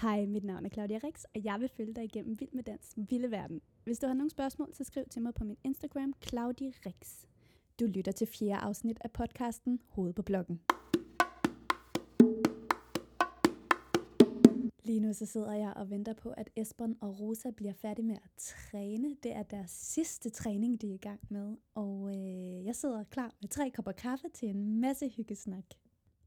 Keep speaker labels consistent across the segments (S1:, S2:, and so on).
S1: Hej, mit navn er Claudia Rix, og jeg vil følge dig igennem Vild med Dans, Vilde Verden. Hvis du har nogle spørgsmål, så skriv til mig på min Instagram, Claudia Rix. Du lytter til fjerde afsnit af podcasten Hoved på blokken. Lige nu så sidder jeg og venter på, at Esben og Rosa bliver færdige med at træne. Det er deres sidste træning, de er i gang med. Og øh, jeg sidder klar med tre kopper kaffe til en masse hyggesnak.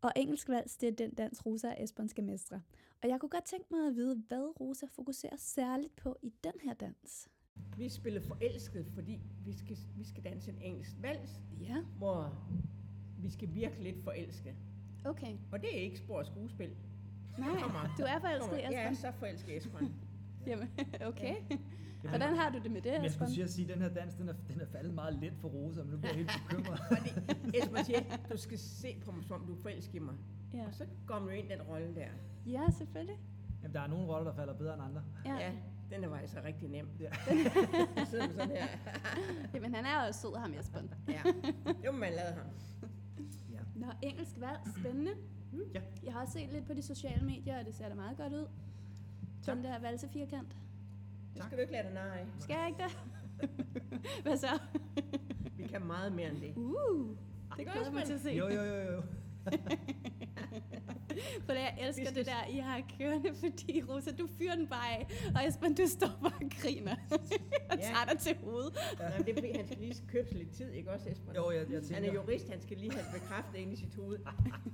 S1: Og engelsk vals, det er den dans, Rosa og Esben skal mestre. Og jeg kunne godt tænke mig at vide, hvad Rosa fokuserer særligt på i den her dans.
S2: Vi spiller forelsket, fordi vi skal, vi skal danse en engelsk vals,
S1: Ja,
S2: hvor vi skal virke lidt forelsket.
S1: okay.
S2: Og det er ikke spor og skuespil.
S1: Nej,
S2: Kommer.
S1: du er forelsket i
S2: Kommer- Ja,
S1: Esben.
S2: så forelsket Esben.
S1: Jamen, okay.
S3: Ja.
S1: Hvordan har du det med det,
S3: Men jeg
S1: Esben?
S3: skulle til at sige, at den her dans, den er, den er faldet meget let for Rosa, men nu bliver jeg helt bekymret.
S2: Esben siger, du skal se på mig, som om du er forelsket i mig.
S1: Ja.
S2: Og så går man jo ind i den rolle der.
S1: ja, selvfølgelig.
S3: Jamen, der er nogle roller, der falder bedre end andre.
S1: Ja.
S2: Ja, den er var altså rigtig nem.
S3: Ja.
S2: Så sidder man sådan her.
S1: Jamen, han er også sød, ham Esben.
S2: Ja. Det må man lade ham.
S3: Ja.
S1: Nå, engelsk vals, spændende.
S3: Mm. Ja.
S1: Jeg har også set lidt på de sociale medier, og det ser da meget godt ud.
S3: Tak.
S1: Den der valsefirkant.
S2: Det skal du ikke lade dig nej.
S1: Skal jeg ikke det? Hvad så?
S2: Vi kan meget mere end det.
S1: Uh,
S2: Det gør
S1: glæder jeg mig
S2: Esben.
S1: til at se.
S3: Jo, jo, jo, jo.
S1: For jeg elsker
S2: Vi
S1: skal...
S2: skal-
S1: det der, I har kørende, fordi Rosa, du fyrer den bare af, og Esben, du står bare og griner og
S2: Ja.
S1: tager dig til hovedet.
S2: Nej, men det er fordi, han skal lige købe sig lidt tid, ikke også, Esben?
S3: Jo, jeg, jeg
S2: Han
S3: tænker, Ah,
S2: er jurist, han skal lige have bekræftet ind i sit hoved,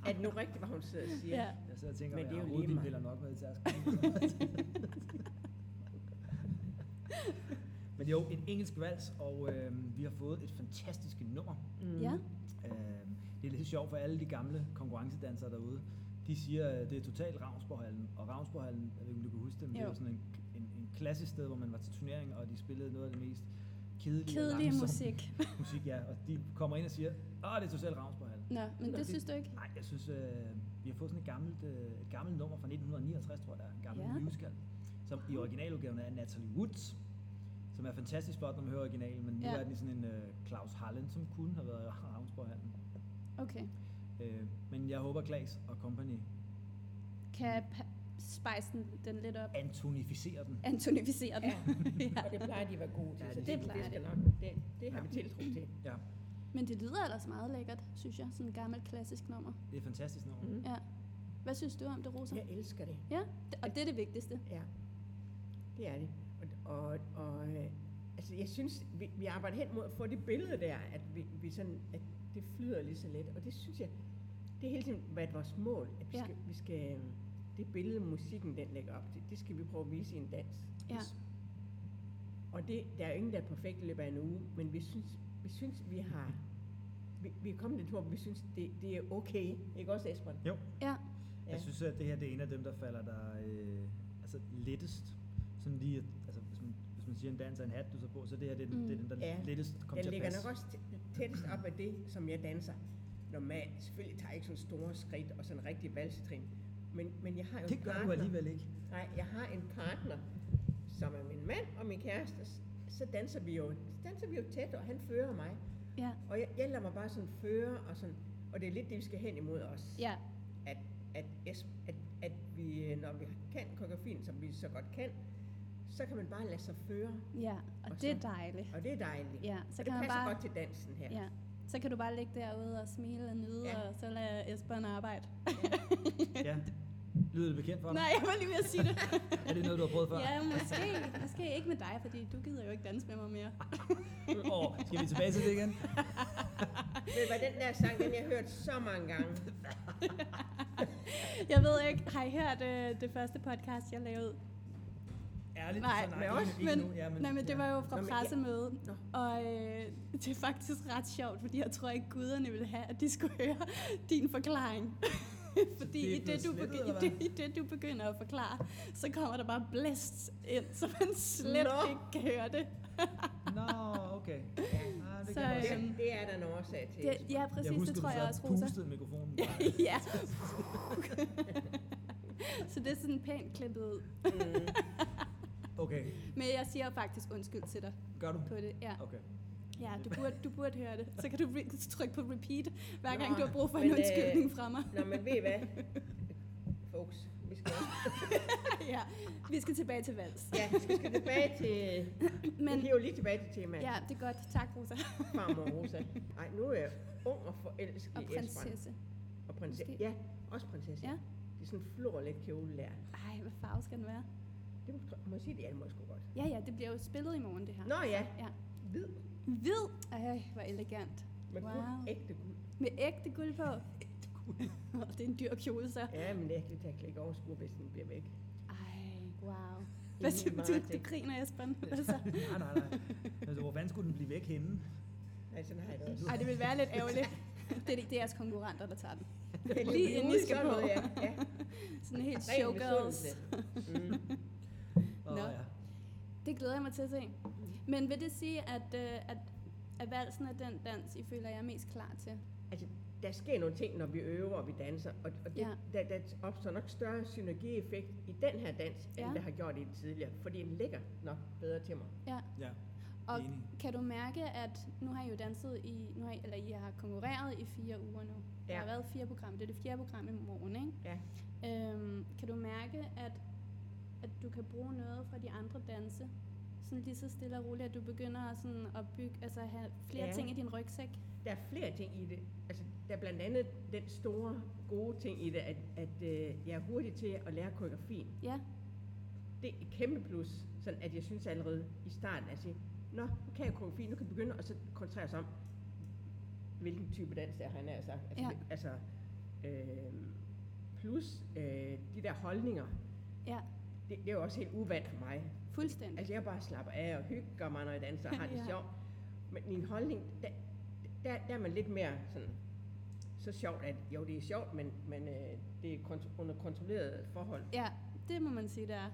S2: at nu rigtigt, hvad hun sidder og siger.
S1: Ja.
S3: jeg sidder og tænker,
S2: Men
S3: men
S2: det
S3: det
S2: er jo lige
S3: jeg har
S2: meget.
S3: piller nok med i tasken. men jo, en engelsk vals, og øh, vi har fået et fantastisk nummer.
S2: Mm.
S1: ja.
S3: Øh, det er lidt sjovt for alle de gamle konkurrencedansere derude. De siger, at det er totalt Ravnsborghallen. Og Ravnsborghallen, jeg ved ikke, om du kan huske det, men det
S1: Jo.
S3: er jo sådan en, en, en klassisk sted, hvor man var til turnering, og de spillede noget af det mest kedelige,
S1: Kedelig
S3: og langsomme
S1: musik.
S3: musik. Ja, og de kommer ind og siger, at det er totalt Ravnsborghallen.
S1: Nå, men
S3: Nå,
S1: det
S3: det-
S1: synes du ikke?
S3: Nej, jeg synes, øh, vi har fået sådan et gammelt, øh, et gammelt nummer fra 1959, tror jeg, der er en gammel
S1: Ja.
S3: ja. musical, som i originaludgaven er Natalie Woods, som er fantastisk flot, når man hører originalen, men nu
S1: Ja.
S3: er den i sådan en øh, Claus Hallen, som kunne have været Ravnsborghallen.
S1: Okay.
S3: Øh, men jeg håber, Klaas og company
S1: Kan jeg pa- spice den, den lidt op?
S3: antonificerer den.
S1: Antonificere den. ja.
S2: Og det plejer de at være gode til,
S3: Ja,
S2: så
S3: det
S2: det,
S1: plejer
S2: det skal nok, det, det har vi tiltro til.
S3: Ja,
S1: Men det lyder ellers meget lækkert, synes jeg. Sådan et gammelt klassisk nummer.
S3: det er et fantastisk nummer.
S2: Mm.
S1: Ja. Hvad synes du om det, Rosa?
S2: Jeg elsker det.
S1: Ja, det- og det er det vigtigste.
S2: Ja, det er det. Og, og, og øh, altså, jeg synes, vi, vi arbejder hen mod at få det billede der, at, vi, vi sådan, at det flyder lige så let. Og det synes jeg, det er hele tiden været vores mål, at vi
S1: Ja.
S2: skal, vi skal øh, det billede, musikken den lægger op til, det skal vi prøve at vise i en dans.
S1: Ja.
S2: Og det, der er jo ingen, der er perfekt i løbet af en uge, men vi synes, vi, synes, vi har... Vi, vi er kommet lidt hvor vi synes, det, det er okay. Ikke også, Esben?
S3: Jo.
S1: Ja.
S2: Ja.
S3: Jeg synes, at det her det er en af dem, der falder der øh, altså lettest. Sådan lige, at- altså, hvis, man, hvis man siger, en dans er en hat, du så på, så det her det er den,
S1: Mm.
S3: det er den der
S2: Ja.
S3: lettest kommer
S2: Den
S3: til at
S2: ligger
S3: passe.
S2: nok også tæ- tættest op af det, som jeg danser. Normalt, selvfølgelig tager jeg ikke sådan store skridt og sådan rigtig valsetrin. Men, men jeg har jo
S3: Det
S2: en
S3: gør
S2: partner.
S3: du alligevel ikke.
S2: Nej, jeg har en partner, som er min mand og min kæreste. S- Så danser vi jo, så danser vi jo tæt, og han fører mig.
S1: Ja.
S2: Og jeg, jeg lader mig bare sådan føre, og, sådan, og det er lidt det, vi skal hen imod os.
S1: Ja.
S2: at, at, es- at, at vi, øh, når vi kan koreografien, som vi så godt kan, så kan man bare lade sig føre,
S1: Ja. Og,
S2: Og
S1: det er
S2: så-
S1: dejligt.
S2: og det er dejligt.
S1: Ja, så kan
S2: og det
S1: man
S2: passer
S1: bare...
S2: godt til dansen her.
S1: Ja. Så kan du bare ligge derude og smile og nyde, ja.
S2: Ja.
S1: og så lader Esbjørn arbejde.
S3: Ja. Lyder det bekendt for dig?
S1: Nej, jeg var lige ved at sige det.
S3: Er det noget, du har prøvet før?
S1: ja, måske. Måske ikke med dig, fordi du gider jo ikke danse med mig mere.
S3: Åh, skal vi tilbage til det igen?
S2: Men hvad den der sang, den jeg har hørt så mange gange.
S1: Jeg ved ikke, har I hørt øh, det første podcast, jeg lavede?
S3: Ærligt,
S1: Nej,
S3: så
S2: men
S3: nej,
S2: også,
S3: ikke,
S1: men-
S3: ikke nu. Ja, men,
S1: Nej, men det
S3: ja.
S1: var jo fra
S2: Nå, men ja.
S1: pressemødet,
S2: Nå.
S1: og øh, det er faktisk ret sjovt, fordi jeg tror ikke, guderne ville have, at de skulle høre din forklaring. Fordi
S3: det er
S1: i, det,
S3: blevet
S1: du
S3: slettet,
S1: begynder,
S3: eller
S1: i,
S3: hvad?
S1: det, i det, du begynder at forklare, så kommer der bare blæst ind, så man slet
S2: Nå.
S1: ikke kan høre det.
S3: Nå, okay. Ah,
S1: Så,
S3: det kan jeg også.
S1: øhm,
S2: Det, det er der en årsag til.
S1: det ja, præcis,
S3: jeg husker,
S1: det tror jeg også, Rosa.
S3: pustede mikrofonen.
S1: Ja,
S3: bare.
S1: ja. så det er sådan pænt klippet ud.
S2: Mm.
S3: Okay,
S1: Men jeg siger faktisk undskyld til dig
S3: gør du?
S1: på det. Ja,
S3: Okay.
S1: ja du, burde, du burde høre det. Så kan du re- trykke på repeat, hver gang
S2: Nå,
S1: du har brug for en
S2: men, øh,
S1: undskyldning fra mig.
S2: Nå, men ved I hvad? Folks, vi skal også,
S1: Vi skal tilbage til vals.
S2: Ja, vi skal tilbage til... Men,
S1: Men
S2: vi hiver lige tilbage til temaet ja.
S1: ja, det er godt. Tak, Rosa.
S2: farmor Rosa. Nej, nu er jeg ung og forelsket
S1: Og
S2: i Esbern.
S1: prinsesse.
S2: Og prinsesse.
S1: Måske.
S2: Ja, også prinsesse.
S1: Ja.
S2: Det er sådan en florlet kjole der.
S1: Ej, hvad farve skal den være?
S2: Det må, må jeg sige, det er det må jeg sgu godt.
S1: Ja, ja, det bliver jo spillet i morgen, det her.
S2: Nå ja,
S1: Ja.
S2: hvid,
S1: Hvid! Ej, hvor elegant.
S2: men wow.
S1: Wow.
S2: guld, ægte guld.
S1: Med ægte guld på. Åh, det er en dyr kjole, så.
S2: Ja, men ægte takle ikke overskue, hvis den bliver væk.
S1: Ej, wow. Hvad siger du? Du griner, Esben. Hvad så?
S3: nej, nej, nej. Altså, hvor fanden skulle den blive væk henne?
S2: Nej, sådan har jeg det også.
S1: Ej, det vil være lidt ærgerligt. Det er, det er jeres konkurrenter, der tager den.
S2: Det er
S1: lige inden I
S2: ude i
S1: skal
S2: sådan
S1: på.
S2: noget, Ja, ja.
S1: Sådan helt
S2: Ren
S1: showgirls.
S2: misundelse. Mm.
S3: Og,
S1: Nå.
S3: ja.
S1: Det glæder jeg mig til at se. Men vil det sige, at, øh, at, at valsen er den dans, I føler, jeg er mest klar til?
S2: Der sker nogle ting, når vi øver og vi danser, og, og det,
S1: Ja.
S2: ja. der, der opstår nok større synergieffekt i den her dans, ja.
S1: Ja.
S2: end der har gjort i den tidligere, fordi den ligger nok bedre til mig.
S3: ja.
S1: Og-
S3: Enig.
S1: Kan du mærke, at nu har I jo danset i, nu har I, eller I har konkurreret i fire uger nu. Ja. Der
S2: Ja.
S1: har været fire programmer. Det er det fjerde program i morgen, ikke?
S2: Ja.
S1: Øhm, kan du mærke, at, at du kan bruge noget fra de andre danse? Sådan lige så stille og roligt, at du begynder at, sådan at bygge, altså have flere ja.
S2: Ja.
S1: ting i din rygsæk.
S2: Der er flere ting i det. Altså, der er blandt andet den store gode ting i det, at, at øh, jeg er hurtig til at lære koreografien.
S1: Ja,
S2: det er et kæmpe plus, sådan at jeg synes allerede i starten at sige, nå, nu kan jeg koreografi, nu kan jeg begynde, og så koncentrere sig om, hvilken type dans der han er. sagt. Altså,
S1: Ja.
S2: det- altså øh, plus øh, de der holdninger,
S1: Ja.
S2: det, det, er jo også helt uvant for mig.
S1: fuldstændig.
S2: Altså jeg bare slapper af og hygger mig, når jeg danser og har det
S1: Ja.
S2: sjovt. Men min holdning, der, der, der er man lidt mere sådan, så sjovt, at jo, det er sjovt, men, men øh, det er kont- under kontrolleret forhold.
S1: Ja, det må man sige, det er.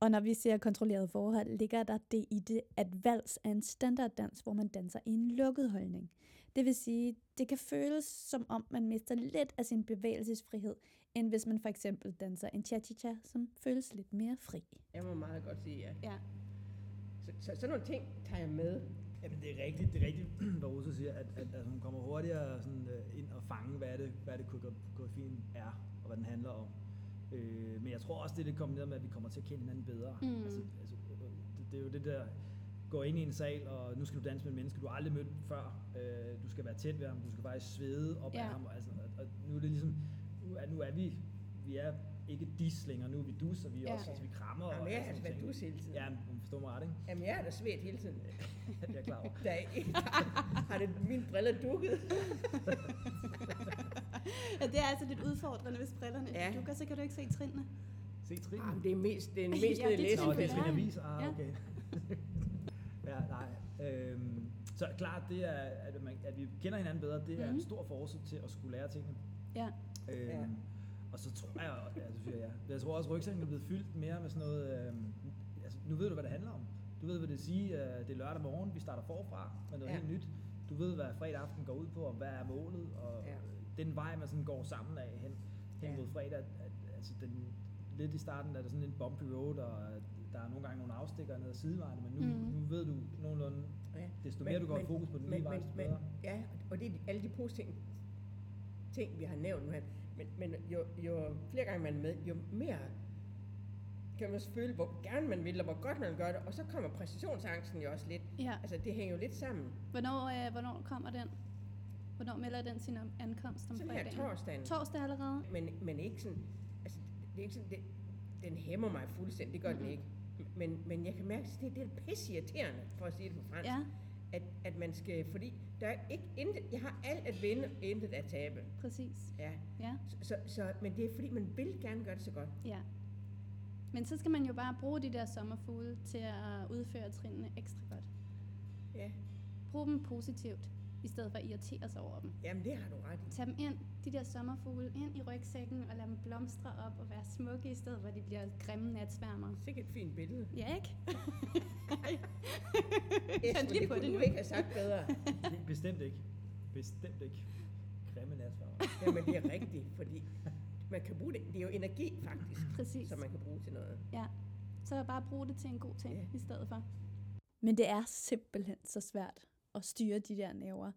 S4: Og når vi ser kontrolleret forhold, ligger der det i det, at vals er en standarddans, hvor man danser i en lukket holdning. Det vil sige, det kan føles som om, man mister lidt af sin bevægelsesfrihed, end hvis man for eksempel danser en cha-cha-cha, som føles lidt mere fri.
S2: Jeg må meget godt sige ja.
S1: Ja.
S2: Så, så sådan nogle ting tager jeg med.
S3: Jamen, det er rigtigt, det er rigtigt, hvad Rosa siger, at, at, at hun kommer hurtigere sådan, øh, ind og fange, hvad er det, hvad er det koreogra- koreografien er, og hvad den handler om. Øh, men jeg tror også, det er det kombineret med, at vi kommer til at kende hinanden bedre.
S1: Mm.
S3: Altså, altså, øh, det, det er jo det der, gå ind i en sal, og nu skal du danse med en menneske, du har aldrig mødt før. Øh, du skal være tæt ved ham, du skal faktisk svede op
S1: Ja.
S3: af ham. Og, altså, og, og nu er det ligesom, nu er, nu er vi, vi er ikke dis længere, nu er vi dus, og vi, er
S1: Ja.
S3: også, altså, vi krammer.
S2: Jamen,
S3: og
S2: jeg har
S3: alle
S2: altså
S3: sådan
S2: været
S3: nogle
S2: dus hele
S3: ting.
S2: tiden.
S3: Ja, men forstår mig ret, ikke?
S2: Jamen, jeg er da svedt hele tiden.
S3: Jeg er klar over.
S2: Der er en, har det, mine briller dukket?
S1: Ja, det er altså lidt udfordrende, hvis brillerne ja.
S2: Ja.
S1: dukker, så kan du ikke se trinene.
S3: Se trin.
S2: Jamen, det er mest, det er mest
S1: Ja,
S2: ja,
S1: det
S2: det
S1: tror
S3: Nå,
S1: jeg,
S3: det
S1: Ja.
S2: læsen.
S3: er sin avis. Ah,
S1: Ja.
S3: okay. ja, nej. Øhm, så klart, det er, at, man, at vi kender hinanden bedre, det er
S1: Mhm.
S3: en stor forsøg til at skulle lære tingene.
S1: Ja.
S3: Øhm,
S2: Ja.
S3: Og så tror jeg, ja, så siger jeg, jeg tror også, at rygsækken er blevet fyldt mere med sådan noget, øhm, altså, nu ved du, hvad det handler om. Du ved, hvad det vil sige, øh, det er lørdag morgen, vi starter forfra med noget
S2: Ja.
S3: helt nyt. Du ved, hvad fredag aften går ud på, og hvad er målet, og
S2: Ja.
S3: den vej, man sådan går sammen af hen, hen
S2: Ja.
S3: mod fredag, at, at, altså den, lidt i starten er der sådan en bumpy road, og øh, der er nogle gange nogle afstikker ned ad sidevejene, men nu,
S1: Mhm.
S3: mm. nu ved du nogenlunde,
S2: Ja.
S3: desto
S2: Men-
S3: mere du går i
S2: men-
S3: fokus på den
S2: men-
S3: lige vej,
S2: men-
S3: desto
S2: men-
S3: bedre.
S2: Ja, og det er de- alle de positive ting- ting, vi har nævnt nu her. Men, men jo, jo flere gange man er med, jo mere kan man også føle, hvor gerne man vil, og hvor godt man vil gøre det. Og så kommer præstationsangsten jo også lidt.
S1: ja.
S2: Altså, det hænger jo lidt sammen.
S1: Hvornår, øh, hvornår kommer den? Hvornår melder den sin om- ankomst om
S2: Sådan her
S1: fredagen?
S2: torsdagen.
S1: Torsdag allerede?
S2: Men, men ikke sådan, altså, det er ikke sådan, det, den hæmmer mig fuldstændig, det gør mm-hmm. den ikke. Men, men jeg kan mærke, at det, det er pisse irriterende, for at sige det på fransk,
S1: Ja,
S2: at, at man skal, fordi der er ikke, intet, jeg har alt at vinde, og intet at tabe.
S1: præcis.
S2: Ja.
S1: Ja.
S2: Så, så, så, men det er fordi, man vil gerne gøre det så godt.
S1: Ja. Men så skal man jo bare bruge de der sommerfugle til at udføre trinene ekstra godt.
S2: Ja.
S1: Brug dem positivt, i stedet for at irritere sig over dem.
S2: Jamen, det har du ret i.
S1: Tag dem ind, de der sommerfugle, ind i rygsækken og lad dem blomstre op og være smukke, i stedet for at de bliver grimme natsværmere.
S2: Sikkert et fint billede.
S1: Ja, ikke?
S2: Esben,
S1: fandt lige
S2: det
S1: på
S2: kunne
S1: det
S2: du
S1: nu.
S2: ikke have sagt bedre.
S3: Be- Bestemt ikke. Bestemt ikke. Grimme natsfarver.
S2: Jamen, det er rigtigt, fordi man kan bruge det. Det er jo energi, faktisk,
S1: Præcis.
S2: som man kan bruge til noget.
S1: Så bare brug det til en god ting
S2: Ja.
S1: i stedet for.
S4: Men det er simpelthen så svært at styre de der næver,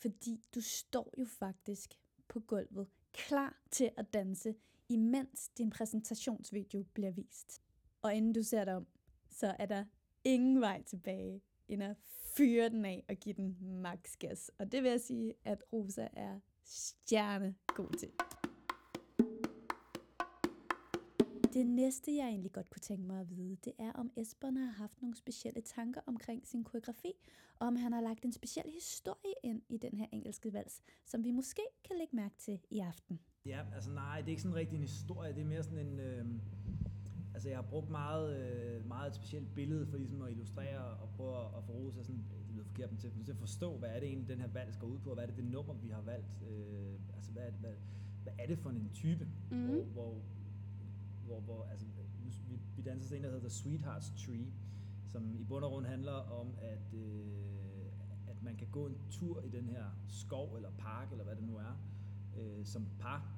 S4: fordi du står jo faktisk på gulvet, klar til at danse, imens din præsentationsvideo bliver vist. Og inden du ser dig om, så er der ingen vej tilbage, end at fyre den af og give den max gas. Og det vil jeg sige, at Rosa er stjerne god til. Det næste, jeg egentlig godt kunne tænke mig at vide, det er, om Esbern har haft nogle specielle tanker omkring sin koreografi, og om han har lagt en speciel historie ind i den her engelske vals, som vi måske kan lægge mærke til i aften.
S3: Ja, altså nej, det er ikke sådan rigtig en historie, det er mere sådan en... Øh, altså jeg har brugt meget, øh, meget et specielt billede for ligesom at illustrere og prøve at, at få Rosa sådan, det lyder forkert, men til, til at forstå, hvad er det egentlig, den her vals går ud på, og hvad er det, det nummer, vi har valgt, øh, altså hvad er, det, hvad, hvad er det for en type,
S1: Mhm.
S3: hvor, hvor, hvor, hvor altså, nu, vi, vi danser sådan en, der hedder The Sweetheart's Tree, som i bund og grund handler om, at, øh, at man kan gå en tur i den her skov eller park, eller hvad det nu er, øh, som par.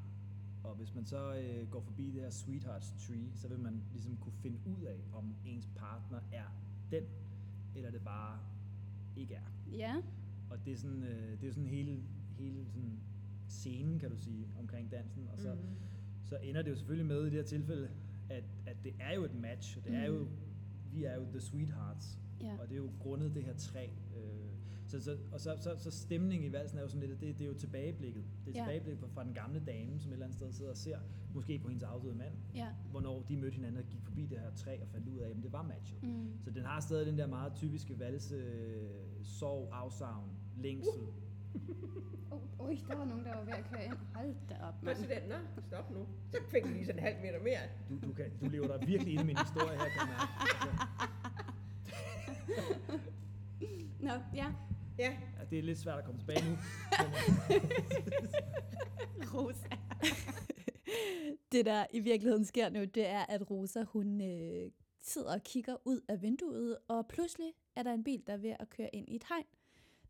S3: Og hvis man så øh, går forbi det her Sweetheart's Tree, så vil man ligesom kunne finde ud af, om ens partner er den, eller det bare ikke er.
S1: Ja,
S3: Og det er sådan, øh, det er sådan hele, hele sådan scenen, kan du sige, omkring dansen. Og
S1: Mhm.
S3: så, mm. så ender det jo selvfølgelig med i det her tilfælde, at, at det er jo et match. og Det er jo, vi er jo the sweethearts.
S1: Mm. ja.
S3: Og det er jo grundet det her træ. Øh, så, så, og så, så, så stemningen i valsen er jo sådan lidt, at det, det er jo tilbageblikket. Det er
S1: Ja.
S3: tilbageblikket fra, fra den gamle dame, som et eller andet sted sidder og ser, måske på hendes afdøde mand,
S1: Ja.
S3: hvornår de mødte hinanden og gik forbi det her træ og fandt ud af, at jamen, det var matchet.
S1: Mm.
S3: Så den har stadig den der meget typiske valse, øh, sorg, afsavn,
S1: Uh.
S3: længsel.
S1: Oh, oj, der var nogen, der var ved at køre ind. Hold da op,
S2: Men så
S1: mand.
S2: den, nå, stop nu. Så fik vi lige sådan en halv meter mere.
S3: Du, du, kan, du lever dig virkelig ind i min historie her, kan jeg mærke. Altså,
S1: Nå, ja.
S2: Ja,
S3: ja, det er lidt svært at komme tilbage nu. øh,
S1: Rosa.
S4: det, der i virkeligheden sker nu, det er, at Rosa, hun øh, sidder og kigger ud af vinduet, og pludselig er der en bil, der er ved at køre ind i et hegn.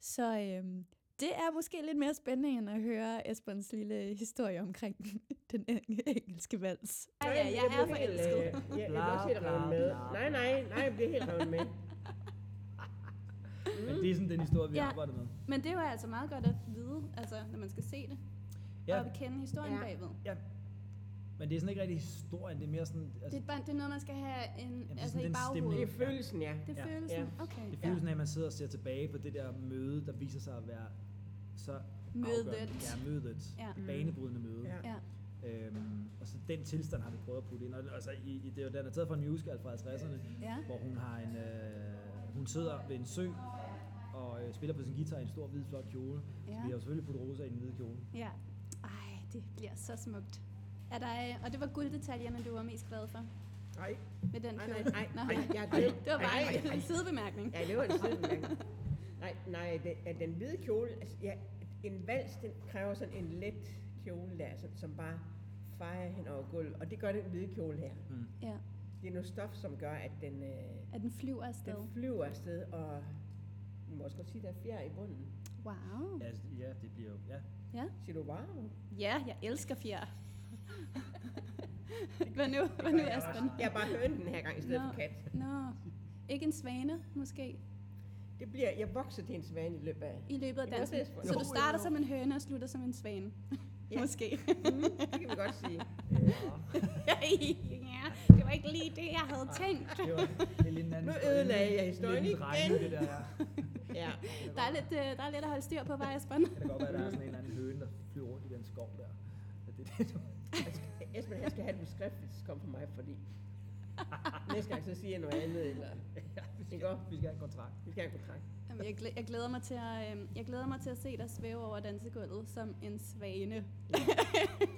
S4: Så øh, det er måske lidt mere spændende, end at høre Esbens lille historie omkring den eng- engelske vals.
S1: Ja, ja, jeg er
S2: bliver helt,
S1: forelsket.
S2: øh, Jeg, jeg bliver også helt
S3: Bla,
S2: revet
S3: bla,
S2: med.
S3: bla.
S2: Nej, nej, nej, jeg bliver helt revet med.
S3: Men det er sådan den historie, vi
S1: Ja.
S3: ja. arbejder med.
S1: Men det var altså meget godt at vide, altså, når man skal se det. Ja. Og kende historien
S2: Ja.
S1: ja. bagved.
S3: Men det er sådan ikke rigtig historien, det er mere sådan... Altså,
S1: Det er, bare, det er noget, man skal have en,
S3: det er
S1: altså,
S3: sådan
S1: i
S3: den
S1: baghovedet.
S3: stemning.
S2: Det er følelsen, ja.
S1: Det er
S3: Ja.
S1: følelsen.
S2: Ja.
S1: Okay.
S3: Det er følelsen af, at man sidder og ser tilbage på det der møde, der viser sig at være så
S1: Mødet.
S3: afgørende. Ja, mødet.
S1: Ja.
S3: Det banebrydende møde.
S2: Ja.
S1: Mm. Ja.
S3: Øhm, og så den tilstand har vi prøvet at putte ind. Og altså, i, i, det er jo den er taget fra en musical fra 50'erne,
S1: Ja.
S3: hvor hun har en, øh, hun sidder ved en sø og øh, spiller på sin guitar i en stor hvid flot kjole. Ja.
S1: Ja.
S3: Så vi har jo selvfølgelig puttet rosa i en hvid kjole.
S1: ja. Ej, det bliver så smukt. Er der, øh, og det var gulddetaljerne, du var mest glad for
S2: Nej,
S1: med den
S2: nej,
S1: kjole?
S2: nej, nej,
S1: Nå,
S2: nej, jeg
S1: Ej,
S2: død.
S1: det var bare
S2: Ej, ej, ej.
S1: en sidebemærkning.
S2: Ja, det var en sidebemærkning. Nej, nej, den, at den hvide kjole, altså, ja, en vals, den kræver sådan en let kjole der, som, som bare fejer hen over gulvet, og det gør den hvide kjole her.
S3: Mm.
S1: Ja.
S2: Det er noget stof, som gør, at den, øh,
S1: At den flyver afsted.
S2: den flyver afsted, og vi må også godt sige, at der er fjer i bunden.
S1: Wow.
S3: Ja, altså, ja, det bliver jo... Ja.
S2: Siger du, wow?
S1: Ja, jeg elsker fjer. Hvad nu, Hvad nu
S2: jeg
S1: Aspen?
S2: Jeg har bare hørt den her gang i stedet
S1: Nå.
S2: for kat.
S1: Nå, ikke en svane måske
S2: Det bliver, jeg vokser til en svane i løbet af.
S1: i løbet af
S2: Jo,
S1: dansen.
S2: det er-
S1: Så
S2: jo,
S1: du starter
S2: jo.
S1: som en høne og slutter som en svane.
S2: Ja.
S1: Måske.
S2: Mm, det kan vi godt sige.
S1: ja, det var ikke lige det, jeg havde tænkt.
S3: Det var det er lidt en anden
S2: Nu
S3: historie.
S2: ødelagde
S3: Lidt-
S2: jeg historien
S3: lidt en drenge,
S2: igen.
S3: Det der, ja.
S2: Ja.
S1: Der er lidt, øh, der er lidt at holde styr på, hvad Aspen.
S3: Kan det godt være, at der er sådan en eller anden høne, der flyver rundt i den skov der. At Det, det,
S2: Esben, han skal have det skriftligt, så kom for mig, fordi næste gang så siger jeg noget andet, eller
S3: vi, skal,
S2: Ikke også?
S3: vi skal have en kontrakt.
S2: vi skal have en kontrakt.
S1: Jamen, jeg, glæ- jeg, glæder mig til at, øh, jeg glæder mig til at se dig svæve over dansegulvet som en svane.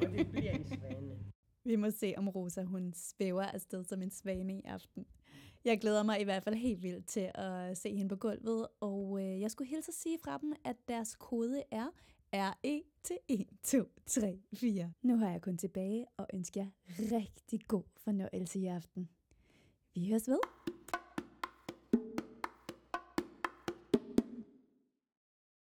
S2: Og det bliver en svane.
S4: Vi må se, om Rosa hun svæver afsted som en svane i aften. Jeg glæder mig i hvert fald helt vildt til at se hende på gulvet, og øh, jeg skulle hilse at sige fra dem, at deres kode er E RE til 1, 2, 3, 4. Nu har jeg kun tilbage og ønsker jer rigtig god fornøjelse i aften. Vi høres ved.